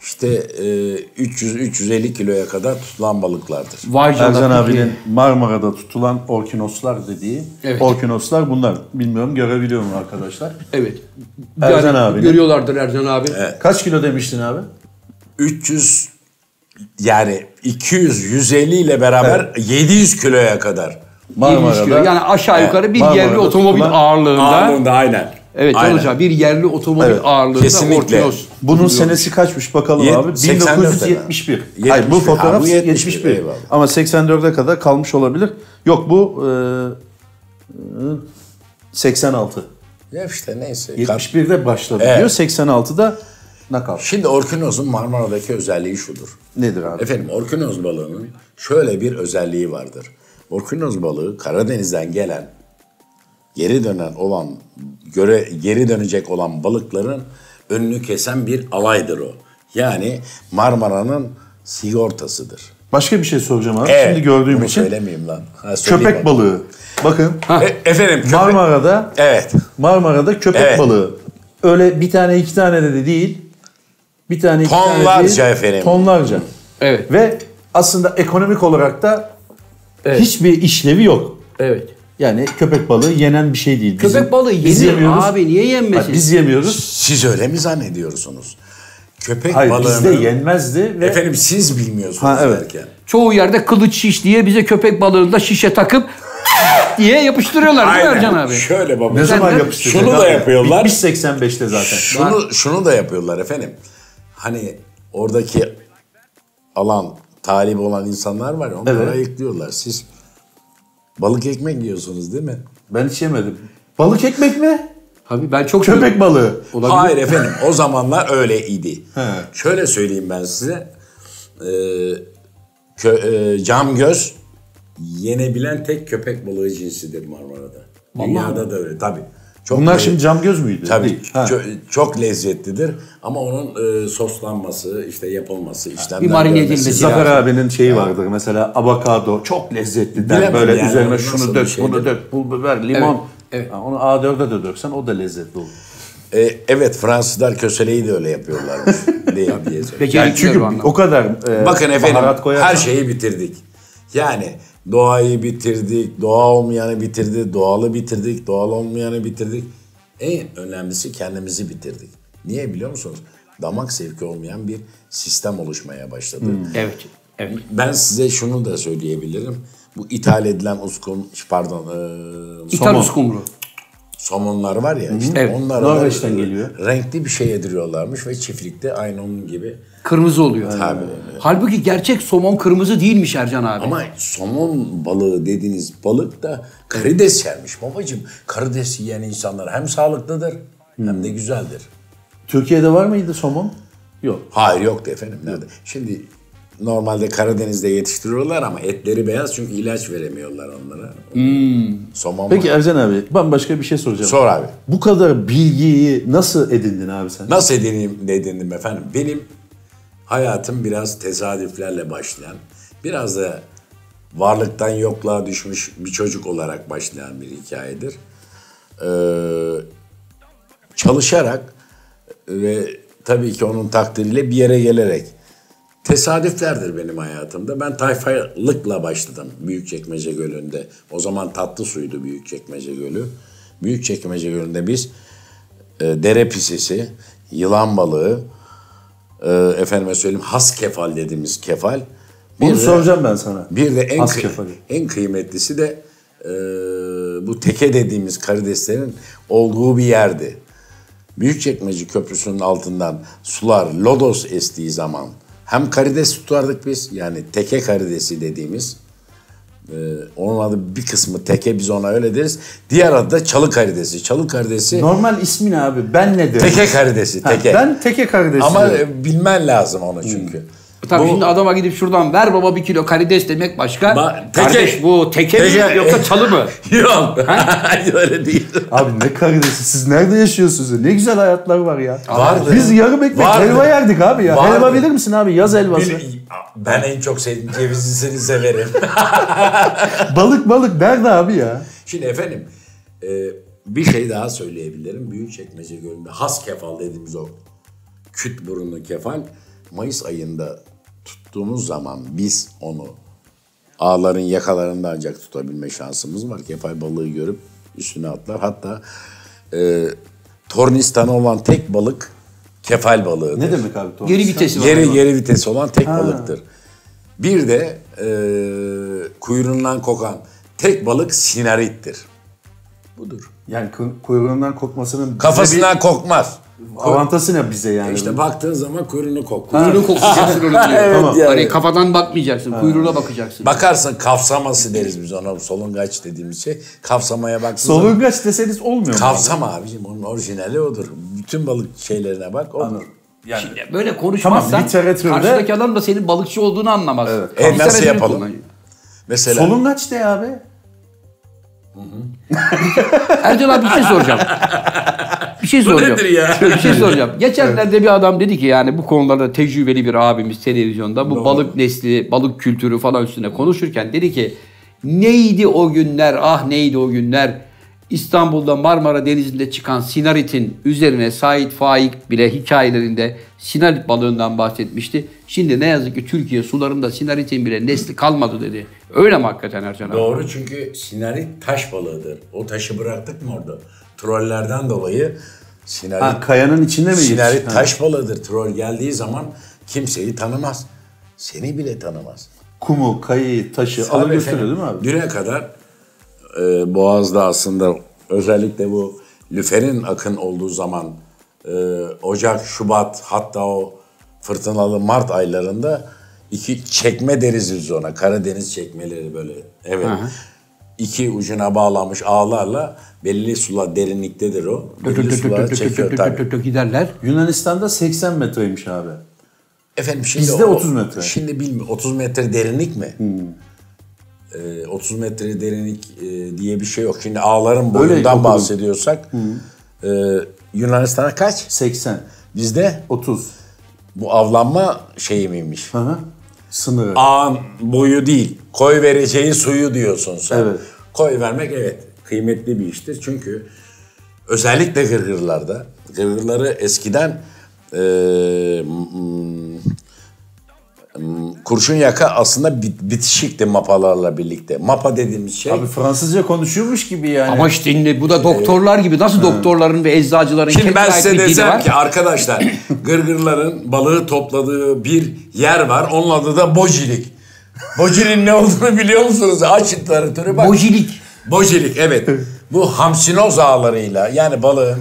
B: işte e, 300-350 kiloya kadar tutulan balıklardır.
A: Vay canına.
C: Ercan
A: peki.
C: abinin Marmara'da tutulan orkinoslar dediği
A: Evet.
C: orkinoslar bunlar. Bilmiyorum görebiliyor mu arkadaşlar?
A: Evet.
C: Ercan
A: Yani
C: abinin.
A: Görüyorlardır Ercan abi.
C: Kaç kilo demiştin abi?
B: 300 yani 200-150 ile beraber 700 kiloya kadar.
A: İlginç diyor. Yani aşağı yukarı bir
C: Marmara'da
A: yerli otomobil
C: tutulan-
A: ağırlığında.
B: Ağırlığında aynen.
A: Evet Can
B: Aynen.
A: Hocam bir yerli otomobil
C: Evet,
A: ağırlığında
B: kesinlikle.
A: Orkinos.
C: Bunun senesi kaçmış bakalım
B: Yet-
C: abi?
B: 84
C: 1971.
B: herhalde.
C: Hayır bu
B: 71.
C: fotoğraf
B: Ha, bu
C: 71.
B: 71, eyvallah.
C: Ama 84'e kadar kalmış olabilir. Yok bu e, e, 86.
B: Ya işte neyse.
C: 71'de başladı
B: Evet.
C: diyor. 86'da nakavt.
B: Şimdi Orkinos'un Marmara'daki özelliği şudur.
C: Nedir abi?
B: Efendim orkinoz balığının şöyle bir özelliği vardır. Orkinoz balığı Karadeniz'den gelen, geri dönen olan, göre, geri dönecek olan balıkların önünü kesen bir alaydır o. Yani Marmara'nın sigortasıdır.
C: Başka bir şey soracağım abi.
B: Evet,
C: Şimdi gördüğüm
B: bunu
C: için
B: söylemeyeyim lan. Ha, söyleyeyim bak.
C: köpek balığı. Bakın
B: E, efendim köpek.
C: Marmara'da
B: Evet.
C: Marmara'da köpek
B: Evet.
C: balığı. Öyle bir tane iki tane de değil. Bir tane iki tane
B: Tonlarca
C: değil.
B: efendim.
C: Tonlarca.
A: Evet.
C: Ve aslında ekonomik olarak da
A: Evet.
C: hiçbir işlevi yok.
A: Evet.
C: Yani köpek balığı yenen bir şey değil.
A: Köpek balığı
C: biz
A: yenir
C: yemiyoruz.
A: abi niye yenmesin?
C: Hayır, biz yemiyoruz.
B: Siz öyle mi zannediyorsunuz? Köpek
C: Hayır
B: balığının...
C: bizde yenmezdi ve
B: Efendim siz bilmiyorsunuz
C: Ha, evet.
B: derken.
A: Çoğu yerde kılıç şiş diye bize köpek balığında şişe takıp diye yapıştırıyorlar değil mi Ercan abi?
B: Şöyle baba.
C: ne zaman
A: Sen de-
C: yapıştıracak
B: Şunu da
C: abi?
B: yapıyorlar.
C: Bitmiş 85'te zaten.
B: Şunu şunu da yapıyorlar efendim. Hani oradaki alan talip olan insanlar var ya onlara
C: Evet.
B: ayıklıyorlar. Siz balık ekmek yiyorsunuz değil mi?
C: Ben hiç yemedim. Balık ekmek mi?
A: Abi ben çok
C: Köpek balığı.
B: Hayır efendim o zamanlar öyle idi. Şöyle söyleyeyim ben size. Ee, kö- e, cam göz yenebilen tek köpek balığı cinsidir Marmara'da. Dünyada da öyle tabii. Çok
C: Bunlar
B: da-
C: şimdi cam göz müydü?
B: Tabii
C: Değil. Ha.
B: ço- çok lezzetlidir ama onun e, soslanması, işte yapılması, işlemler
A: Bir marine
B: görmesi
A: edilmesi
B: lazım.
C: Zafer abinin şeyi vardır mesela avokado çok lezzetli der
B: Bilemem
C: böyle
B: yani
C: üzerine
B: onun
C: şunu
B: nasıl
C: dök
B: bir şeydir.
C: bunu dök pul biber limon.
A: Evet, evet.
C: Ha, Onu A4'e de döksen o da lezzetli olur.
B: E, evet Fransızlar köseleyi de öyle yapıyorlarmış diye diyeceğim.
A: Becerikli
C: Yani çünkü
A: bu anlamda.
C: o kadar e,
B: Bakın efendim
C: baharat koyarsan.
B: her şey- şeyi bitirdik. Yani doğayı bitirdik, doğa olmayanı bitirdik, doğalı bitirdik, doğal olmayanı bitirdik. En önemlisi kendimizi bitirdik. Niye biliyor musunuz? Damak zevki olmayan bir sistem oluşmaya başladı.
C: Hmm.
A: Evet. Evet.
B: Ben size şunu da söyleyebilirim. Bu ithal edilen uskun, pardon eee,
A: İtal uskumru.
B: somonlar var ya işte
A: Evet,
B: onlara
C: Hmm. Norveç'ten
B: da
C: geliyor.
B: renkli bir şey yediriyorlarmış ve çiftlikte aynı onun gibi.
A: Kırmızı oluyor.
B: Tabii.
A: Halbuki gerçek somon kırmızı değilmiş Ercan abi.
B: Ama somon balığı dediğiniz balık da karides yermiş babacığım. Karides yiyen insanlar hem sağlıklıdır hem de güzeldir.
C: Türkiye'de var mıydı somon? Yok.
B: Hayır yoktu efendim. Nerede? Şimdi normalde Karadeniz'de yetiştiriyorlar ama etleri beyaz çünkü ilaç veremiyorlar onlara. Somon
C: Peki Ercan abi bambaşka bir şey soracağım.
B: Sor abi.
C: Bu kadar bilgiyi nasıl edindin abi sen?
B: Nasıl edineyim, edindim efendim? Benim hayatım biraz tesadüflerle başlayan, biraz da varlıktan yokluğa düşmüş bir çocuk olarak başlayan bir hikayedir. Ee, çalışarak ve tabii ki onun takdiriyle bir yere gelerek. Tesadüflerdir benim hayatımda. Ben tayfalıkla başladım Büyükçekmece Gölü'nde. O zaman tatlı suydu Büyükçekmece Gölü. Büyükçekmece Gölü'nde biz e, dere pisesi, yılan balığı, e, efendime söyleyeyim has kefal dediğimiz kefal. Bir
C: Bunu
B: de-
C: soracağım ben sana.
B: Bir de en,
C: Has
B: kı-
C: kefali.
B: en kıymetlisi de e, bu teke dediğimiz karideslerin olduğu bir yerdi. Büyükçekmece Köprüsü'nün altından sular lodos estiği zaman hem karides tutardık biz yani teke karidesi dediğimiz. e, onun adı bir kısmı teke biz ona öyle deriz. Diğer adı da çalı karidesi. Çalı karidesi
C: Normal ismi ne abi? Ben ne derim?
B: teke karidesi
C: Ha,
B: teke.
C: Ben teke karidesi
B: Ama
C: diyorum.
B: e, bilmen lazım onu çünkü.
A: Tabii şimdi adama gidip şuradan ver baba bir kilo karides demek başka.
B: Ba- teke-
A: Kardeş bu teke,
B: teke-
A: mi yoksa çalı mı?
B: Yok. Öyle değil.
C: Abi ne karidesi? Siz nerede yaşıyorsunuz? ya? Ne güzel hayatlar var ya.
B: Vardı.
C: Biz yarım ekmek
B: Vardı.
C: helva yerdik abi ya.
B: Vardı.
C: Helva bilir misin abi? Yaz helvası.
B: Bil- Ben en çok sevdiğim cevizlisini severim.
C: balık balık nerede abi ya?
B: Şimdi efendim Ee, bir şey daha söyleyebilirim. Büyükçekmece Gölü'nde has kefal dediğimiz o küt burunlu kefal Mayıs ayında tuttuğumuz zaman biz onu ağların yakalarında ancak tutabilme şansımız var. Kefal balığı görüp üstüne atlar. Hatta e, tornistan olan tek balık kefal balığıdır.
C: Ne demek abi tornistan?
A: Geri vitesi var.
B: Geri
A: hayvan.
B: geri vitesi olan tek balıktır. Bir de e, kuyruğundan kokan tek balık sinarittir. Budur.
C: Yani ku- kuyruğundan kopmasının bize
B: Kafasından kokmaz.
C: bir avantası ne bize yani?
B: İşte baktığın zaman kuyruğunu koklar.
A: Kuyruğun kokusu kesir onu diyor.
C: Tamam.
B: yani.
A: Hani kafadan bakmayacaksın, kuyruğuna bakacaksın.
B: Bakarsın kapsaması deriz biz ona solungaç dediğimiz şey. Kapsamaya baktığın zaman-
C: Solungaç deseniz olmuyor mu?
B: Kapsama abicim onun orijinali odur. Bütün balık şeylerine bak odur.
C: Yani
A: Ya Böyle konuşmazsan
C: Tamam, literatürde-
A: karşıdaki adam da senin balıkçı olduğunu anlamaz.
B: E,
A: Literatürü
B: nasıl yapalım?
A: kullanıyor.
B: Mesela
C: solungaç de abi.
A: Ercan abi bir şey soracağım. Bir şey soracağım.
B: nedir ya?
A: Bir şey soracağım. Geçenlerde bir adam dedi ki yani bu konularda tecrübeli bir abimiz televizyonda bu balık nesli, balık kültürü falan üstüne konuşurken dedi ki neydi o günler ah neydi o günler İstanbul'da Marmara Denizi'nde çıkan sinaritin üzerine Sait Faik bile hikayelerinde sinarit balığından bahsetmişti. Şimdi ne yazık ki Türkiye sularında sinaritin bile nesli kalmadı dedi. Öyle mi hakikaten Ercan abi?
B: doğru çünkü sinarit taş balığıdır. O taşı bıraktık mı orada? Trollerden dolayı sinarit,
C: Ha, kayanın içinde mi?
B: sinarit
C: yetişti? Ha.
B: taş balığıdır. Troll geldiği zaman kimseyi tanımaz. Seni bile tanımaz.
C: Kumu, kayayı, taşı
B: Tabii
C: alır götürür
B: efendim.
C: değil mi abi?
B: Düne kadar e, Boğaz'da aslında özellikle bu lüferin akın olduğu zaman e, Ocak, Şubat hatta o fırtınalı Mart aylarında iki çekme deriz biz ona. Karadeniz çekmeleri böyle. Evet. İki ucuna bağlanmış ağlarla belli sular derinliktedir o.
A: Tök tök
B: Belli
A: tök
B: sulara
A: tök tök
B: çekiyor
A: tök
B: tabii.
A: tök tök Giderler.
C: Yunanistan'da 80 metreymiş abi.
B: Efendim şimdi
C: Bizde
B: o-
C: 30 metre. Hmm.
B: Şimdi bilmiyorum 30 metre derinlik mi? Ee, 30 metre derinlik e, diye bir şey yok. Şimdi ağların
C: Öyle Hmm.
B: boyundan
C: okudum.
B: bahsediyorsak e, Yunanistan'a kaç?
C: 80,
B: Bizde
C: 30.
B: bu avlanma şeyi miymiş?
C: Hı hı. Sınırı.
B: Ağın boyu değil. Koy vereceği suyu diyorsun sen.
C: Evet.
B: Koy vermek evet kıymetli bir iştir. Çünkü özellikle gırgırlarda gırgırları eskiden e, m- m- kurşun yaka aslında bit- bitişikti mapalarla birlikte. Mapa dediğimiz şey
C: Abi Fransızca konuşuyormuş gibi yani.
A: Ama işte yine bu da doktorlar gibi. Nasıl doktorların ve eczacıların
B: Şimdi
A: kendi
B: ben
A: ait bir
B: size
A: dili
B: desem
A: var?
B: ki arkadaşlar gırgırların balığı topladığı bir yer var. Onun adı da bojilik. Bojinin ne olduğunu biliyor musunuz? Aç literatürü bak.
A: Bojilik.
B: Bojilik evet. Bu hamsinoz ağlarıyla yani balığın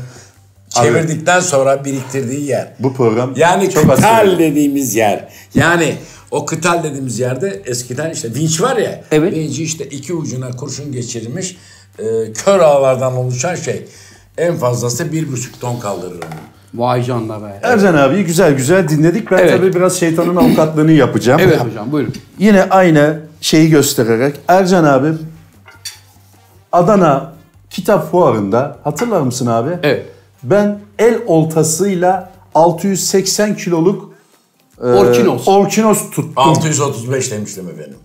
B: çevirdikten sonra biriktirdiği yer.
C: Bu program
B: Yani
C: çok az
B: kıtal
C: söylüyor.
B: dediğimiz yer. Yani o kıtal dediğimiz yerde eskiden işte vinç var ya.
A: Evet.
B: Vinci işte iki ucuna kurşun geçirilmiş e, kör ağlardan oluşan şey. En fazlası bir buçuk ton kaldırır onu.
A: Vay canına be.
C: Ercan abi güzel güzel dinledik. Ben
A: Evet.
C: tabii biraz şeytanın avukatlığını yapacağım.
A: Evet hocam buyurun.
C: Yine aynı şeyi göstererek Ercan abi Adana Kitap Fuarı'nda hatırlar mısın abi?
A: Evet.
C: Ben el oltasıyla 680 kiloluk
B: Ee,
C: e,
A: Orkinos.
C: orkinos tuttum.
B: 635 demiştim efendim.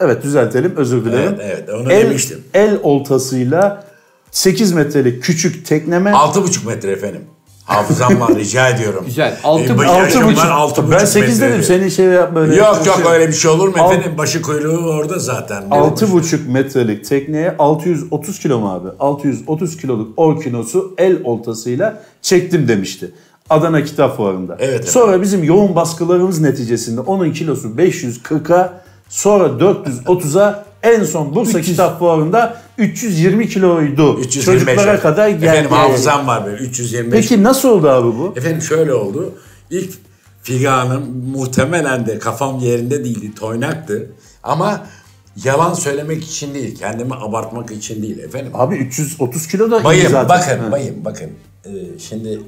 C: Evet düzeltelim özür dilerim.
B: Evet, evet, onu
C: el,
B: demiştim.
C: El oltasıyla 8 metrelik küçük tekneme
B: Altı buçuk metre efendim. Hafızam var rica ediyorum.
A: Güzel. Altı-
B: E, bu
A: altı
B: yaşım var,
C: buçuk.
B: altı
C: Ben
B: buçuk
C: 8
B: metre.
C: dedim senin şey yapma öyle.
B: Yok yok
C: şey-
B: öyle bir şey olur mu
C: Alt-
B: efendim? Başı kuyruğu orada zaten.
C: Altı buçuk metrelik tekneye 630 kilo mu abi? 630 kiloluk orkinosu el oltasıyla çektim demişti. Adana Kitap Fuarı'nda.
B: Evet.
C: Sonra bizim yoğun baskılarımız neticesinde onun kilosu 540'a sonra 430'a en son Bursa Kitap Fuarı'nda 320 kiloydu.
B: 325.
C: Çocuklara kadar geldi.
B: Efendim hafızam var böyle 325.
C: Peki nasıl oldu abi bu?
B: Efendim şöyle oldu. İlk figanım muhtemelen de kafam yerinde değildi, toynaktı. Ama yalan söylemek için değil, kendimi abartmak için değil efendim.
C: Abi 330 kilo da iyi
B: Bayım
C: zaten.
B: bakın,
C: Ha.
B: bayım bakın. Ee, şimdi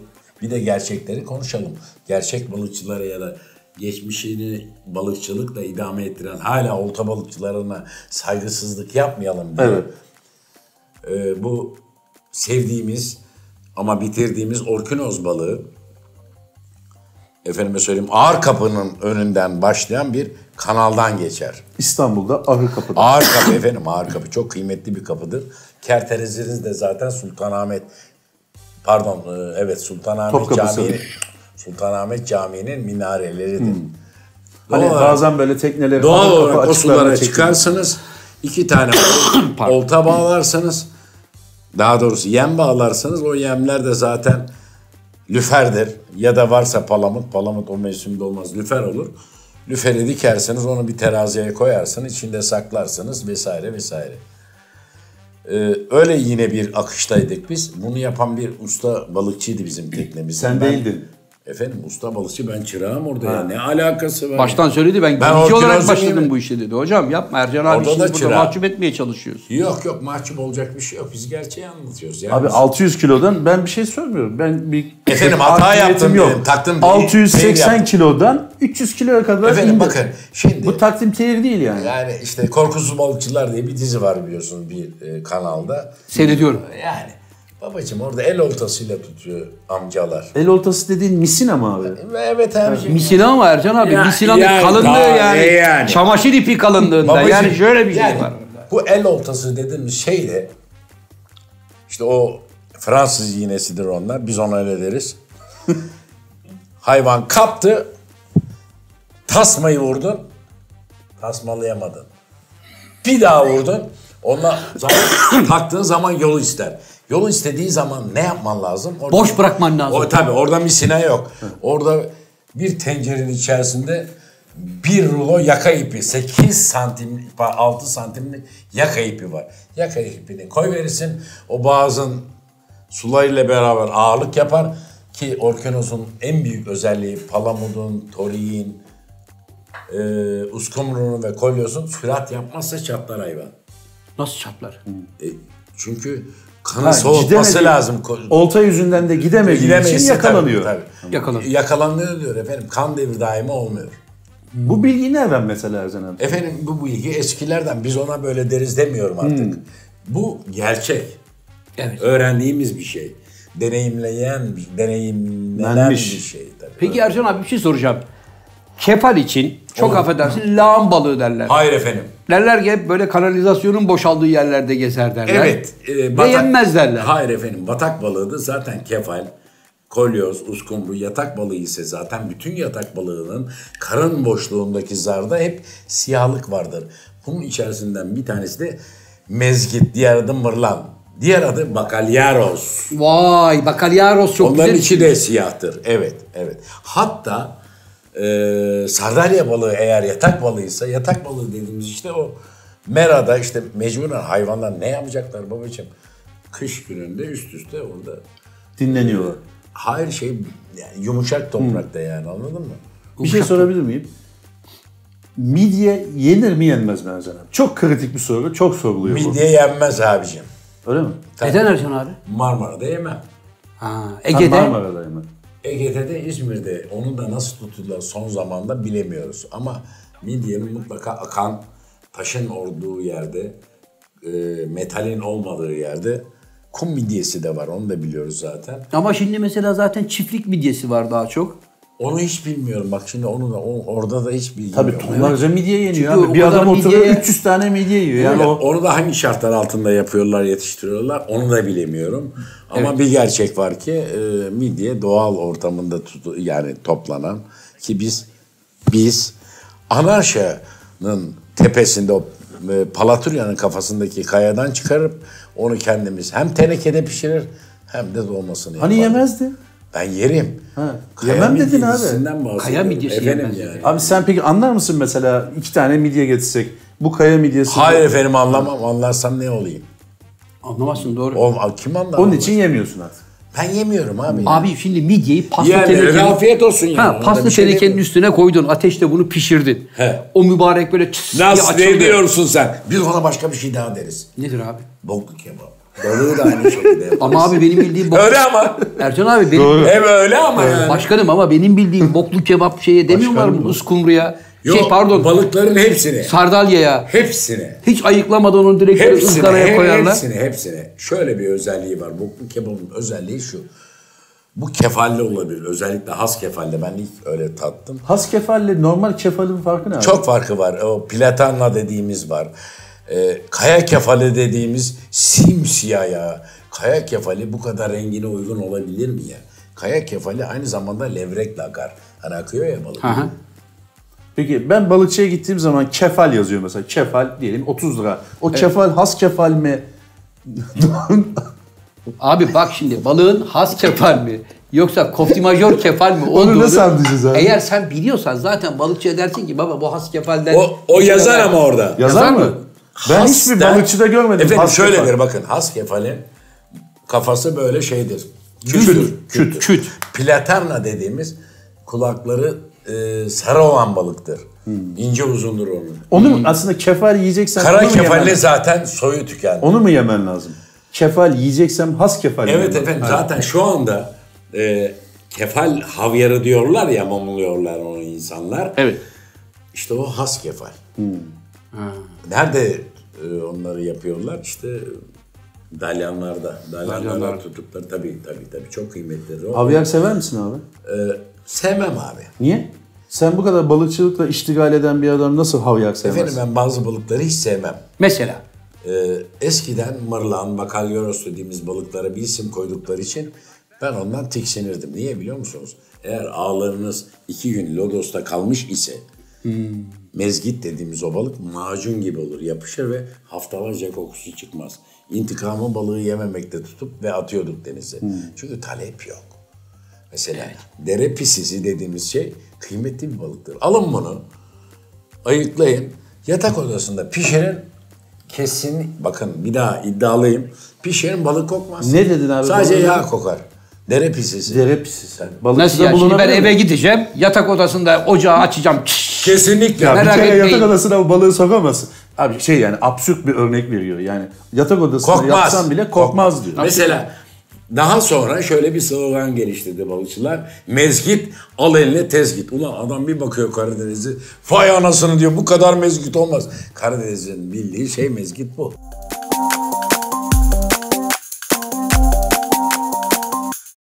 B: bir de gerçekleri konuşalım. Gerçek balıkçılara ya da geçmişini balıkçılıkla idame ettiren hala olta balıkçılarına saygısızlık yapmayalım diye.
C: Evet.
B: Ee, bu sevdiğimiz ama bitirdiğimiz orkinoz balığı efendime söyleyeyim ağır kapının önünden başlayan bir Kanaldan geçer.
C: İstanbul'da Ahır Kapı'da.
B: Ağır kapı efendim ağır kapı. Çok kıymetli bir kapıdır. Kerteniziniz de zaten Sultanahmet pardon e, evet Sultanahmet
C: Topkapı
B: Camii'nin
C: Sarayı.
B: Sultanahmet Camii'nin minareleridir.
C: Hani
B: Doğal olarak-
C: bazen böyle tekneleri
B: Doğal
C: Ahır Kapı
B: olarak o
C: açıklarına
B: sulara
C: çekilir.
B: çıkarsınız. iki tane olta bağlarsanız daha doğrusu yem bağlarsanız o yemler de zaten lüferdir. Ya da varsa palamut. Palamut o mevsimde olmaz. Lüfer olur. Lüferi dikerseniz onu bir teraziye koyarsınız. içinde saklarsınız vesaire vesaire. Ee, öyle yine bir akıştaydık biz. Bunu yapan bir usta balıkçıydı bizim teknemizde.
C: Sen
B: Ben-
C: değildin.
B: Efendim usta balıkçı ben çırağım orada ya. Ne alakası var?
A: Baştan söyledi ben,
B: Ben
A: gidici
B: o
A: olarak
B: kirozun
A: başladım
B: yemin-
A: bu işe dedi. Hocam yapma Ercan abi
B: Orada da
A: şimdi burada
B: çırağı.
A: mahcup etmeye çalışıyoruz.
B: Yok yok mahcup olacak bir şey yok. Biz gerçeği anlatıyoruz. Yani
C: Abi 600 kilodan ben bir şey söylemiyorum. Ben bir
B: Efendim, hata
C: Hakimiyetim
B: yaptım dedim, takdim değil,
C: 680
B: değil şey yaptım.
C: kilodan 300 kiloya kadar
B: Efendim
C: indim.
B: bakın şimdi
C: Bu takdim tehir değil yani.
B: yani işte Korkusuz Balıkçılar diye bir dizi var biliyorsunuz bir e, kanalda.
A: Seyrediyorum.
B: Yani babacım orada el oltasıyla tutuyor amcalar.
C: El oltası dediğin misin ama abi.
B: Ve Evet abiciğim.
A: Misina ama Ercan abi?
B: Ya-
A: Misina'nın
B: yani-
A: kalınlığı
B: Daha-
A: yani,
B: yani.
A: Çamaşır ipi kalınlığında.
B: Babacım,
A: yani şöyle bir şey
B: yani
A: var.
B: Bu el oltası dediğimiz şeyle işte o Fransız iğnesidir onlar. Biz ona öyle deriz. Hayvan kaptı. Tasmayı vurdun. Tasmalayamadın. Bir daha vurdun. Onunla zaman, taktığın zaman yolu ister. Yolu istediği zaman ne yapman lazım? Orada-
A: Boş bırakman lazım.
B: O, tabii orada misina yok. Orada bir tencerenin içerisinde bir rulo yaka ipi. 8 santim, 6 santimlik yaka ipi var. Yaka ipini koy verirsin. O boğazın sularıyla beraber ağırlık yapar. Ki orkinos'un en büyük özelliği palamudun, toriğin, e, uskumrunun ve kolyosun sürat yapmazsa çatlar hayvan.
A: Nasıl çaplar?
B: E, çünkü kanı
C: Ha,
B: soğutması
C: gidemediği-
B: lazım. ko-
C: Olta yüzünden de gidemediği
B: Bilemeyse
C: için yakalanıyor.
B: Tabii, tabii.
A: Yakalanıyor.
B: Yakalanıyor diyor efendim. Kan devri daima olmuyor.
C: Bu bilgi nereden mesela Ercan abi?
B: Efendim bu bilgi eskilerden biz ona böyle deriz demiyorum artık.
C: Hmm.
B: Bu gerçek.
A: Evet.
B: Öğrendiğimiz bir şey. Deneyimleyen, bir- deneyimlenen bir
C: Lenmiş.
B: şey tabii.
A: Peki Ercan abi bir şey soracağım. Kefal için çok affedersin lağım balığı derler.
B: Hayır efendim.
A: Derler ki hep böyle kanalizasyonun boşaldığı yerlerde gezer derler.
B: Evet. e,
A: Ve yenmez derler.
B: Hayır efendim. Batak balığı da zaten kefal, kolyoz, uskumru, yatak balığı ise zaten bütün yatak balığının karın boşluğundaki zarda hep siyahlık vardır. Bunun içerisinden bir tanesi de mezgit, diğer adı mırlan. Diğer adı bakalyaros.
A: Vay bakalyaros çok
B: Onların
A: güzel.
B: içi de siyahtır. Evet, evet. Hatta e, sardalya balığı eğer yatak balığıysa, yatak balığı dediğimiz işte o merada işte mecburen hayvanlar ne yapacaklar babacığım? Kış gününde üst üste orada.
C: Dinleniyorlar.
B: Hayır şey yani yumuşak toprakta yani anladın mı?
C: Bir şey sorabilir miyim? Midye yenir mi yenmez mi Ercan abi? Çok kritik bir soru. Çok soruluyor bu.
B: Midye yenmez abicim.
C: Öyle mi?
A: Neden Ercan abi?
B: Marmara'da yemem.
A: Ha,
C: Sen
A: Ege'de.
C: Marmara'da yemen.
B: Ege'de de İzmir'de onu da nasıl tuttular son zamanda bilemiyoruz. Ama midyenin mutlaka akan taşın olduğu yerde, e, metalin olmadığı yerde kum midyesi de var onu da biliyoruz zaten.
A: Ama şimdi mesela zaten çiftlik midyesi var daha çok.
B: Onu hiç bilmiyorum bak şimdi onu da o- orada da hiç bilgim
C: Tabii
B: yok.
C: tonlarca midye yeniyor
A: Çünkü
C: abi.
A: o
C: Bir
A: kadar
C: adam oturuyor
A: midyeye-
C: 300 tane midye yiyor.
B: Yani
C: Yani o
B: onu da hangi şartlar altında yapıyorlar, yetiştiriyorlar onu da bilemiyorum. Ama bir gerçek var ki e, midye doğal ortamında tutu, yani toplanan ki biz biz Anarşa'nın tepesinde o e, Palaturya'nın kafasındaki kayadan çıkarıp onu kendimiz hem tenekede pişirir hem de dolmasını
C: hani
B: yapardık.
C: yemezdi.
B: Ben yerim.
C: Ha, yemem dedin abi. şey
B: midyesinden bahsediyorum.
A: midyesi
B: Efendim
A: yemez
B: yani.
A: dedi.
C: Abi sen peki anlar mısın mesela iki tane midye getirsek bu kaya midyesi.
B: Hayır efendim anlamam. Anlarsam ne olayım?
A: Anlamazsın doğru.
B: Oğlum, kim anlar?
C: Onun için yemiyorsun artık.
B: Ben yemiyorum abi.
A: Abi şimdi midyeyi paslı
B: Yani,
A: tenekenin...
B: afiyet olsun yani.
A: Ha,
B: Onda
A: paslı
B: bir şey
A: tenekenin
B: demiyorum.
A: üstüne koydun. Ateşte bunu pişirdin.
B: He.
A: O mübarek böyle çıs diye
B: Nasıl
A: açıldı.
B: ne diyorsun sen? Biz ona başka bir şey daha deriz.
A: Nedir abi?
B: Boklu kebap. Balığı da aynı şekilde yaparız.
A: Ama abi benim bildiğim... Bok...
B: Öyle ama.
A: Ercan abi benim...
C: Doğru.
B: Hem öyle ama yani.
A: Başkanım ama benim bildiğim boklu kebap şeye demiyorlar mı? Uskumru'ya.
B: Yok,
A: Şey pardon.
B: Balıkların hepsini.
A: Sardalya'ya.
B: Hepsini.
A: Hiç ayıklamadan onu direkt böyle
B: Hepsini,
A: ızgaraya
B: he-
A: koyarlar.
B: hepsini, hepsini. Şöyle bir özelliği var. Boklu kebabın özelliği şu. Bu kefalle olabilir. Özellikle has kefalle. Ben ilk öyle tattım.
C: Has kefalle normal kefalin farkı ne abi?
B: Çok farkı var. O platanla dediğimiz var. Ee, kaya kefali dediğimiz simsiyah ya. Kaya kefali bu kadar rengine uygun olabilir mi ya? Kaya kefali aynı zamanda levrekle akar. Hani akıyor ya balık.
A: Aha.
C: Peki ben balıkçıya gittiğim zaman kefal yazıyor mesela. Kefal diyelim 30 lira. O kefal has kefal mi?
A: Abi bak şimdi balığın has kefal mi? Yoksa koftimajör kefal mi?
C: Onu
A: olduğunu-
C: nasıl anlayacağız abi?
A: Eğer sen biliyorsan zaten balıkçıya dersin ki baba bu has kefalden...
B: O, o yazar ama orada.
C: Yazar,
A: Yazar
C: mı?
A: mı?
C: Ben
B: Has
C: hiçbir
B: der-
C: balıkçıda görmedim.
B: Efendim
C: has
B: şöyledir
C: kefal.
B: bakın. Has kefali kafası böyle şeydir.
C: Küt,
B: Küt.
C: küt, küt.
B: Platerna dediğimiz kulakları e, sarı olan balıktır.
C: Hmm.
B: İnce uzundur onun.
C: Onu mu- aslında kefal yiyeceksen
B: Kara
C: onu mu yemen
B: kefalle zaten soyu tükendi.
C: Onu mu yemen lazım? Kefal yiyeceksem has kefal
B: Evet
C: yemen
B: efendim
C: lazım.
B: zaten şu anda e, kefal havyarı diyorlar ya mamuluyorlar onu insanlar.
A: Evet. Hmm.
B: İşte o has kefal. Nerede e, onları yapıyorlar? İşte e, dalyanlarda. Dalyanlarda
A: Dalyanlar.
B: tuttukları tabii tabii tabii çok kıymetlidir. O.
C: Havyar sever misin abi?
B: Sevmem abi.
C: Niye? Sen bu kadar balıkçılıkla iştigal eden bir adam nasıl havyar sevmez?
B: Efendim ben bazı balıkları hiç sevmem.
A: Mesela.
B: E, eskiden mırlan, bakalyoros dediğimiz balıklara bir isim koydukları için ben ondan tiksinirdim. Niye biliyor musunuz? Eğer ağlarınız iki gün lodosta kalmış ise mezgit dediğimiz o balık macun gibi olur. Yapışır ve haftalarca kokusu çıkmaz. İntikamı balığı yememekte tutup ve atıyorduk denize.
C: Hmm.
B: Çünkü talep yok. Mesela dere pisisi dediğimiz şey kıymetli bir balıktır. Alın bunu, ayıklayın, yatak odasında pişirin, kesin, bakın bir daha iddialıyım, pişirin balık kokmaz.
C: Ne dedin abi?
B: Sadece
C: Balığı-
B: yağ kokar. Dere pisisi.
C: Dere pisisi.
A: Nasıl ya? Şimdi ben
C: bulunabilir
A: eve
C: mi?
A: gideceğim. Yatak odasında ocağı açacağım. Şşş!
B: Kesinlikle.
C: Ya
A: Merak
C: bir kere
A: etmeyin.
C: yatak odasına bu balığı sokamazsın. Abi şey yani absürt bir örnek veriyor. Yani yatak odasına
B: Kokmaz.
C: yapsan bile kokmaz diyor.
B: Mesela daha sonra şöyle bir slogan geliştirdi balıkçılar. Mezgit al eline tezgit. Ulan adam bir bakıyor Karadeniz'i. Fay anasını diyor bu kadar mezgit olmaz. Karadeniz'in bildiği şey mezgit bu.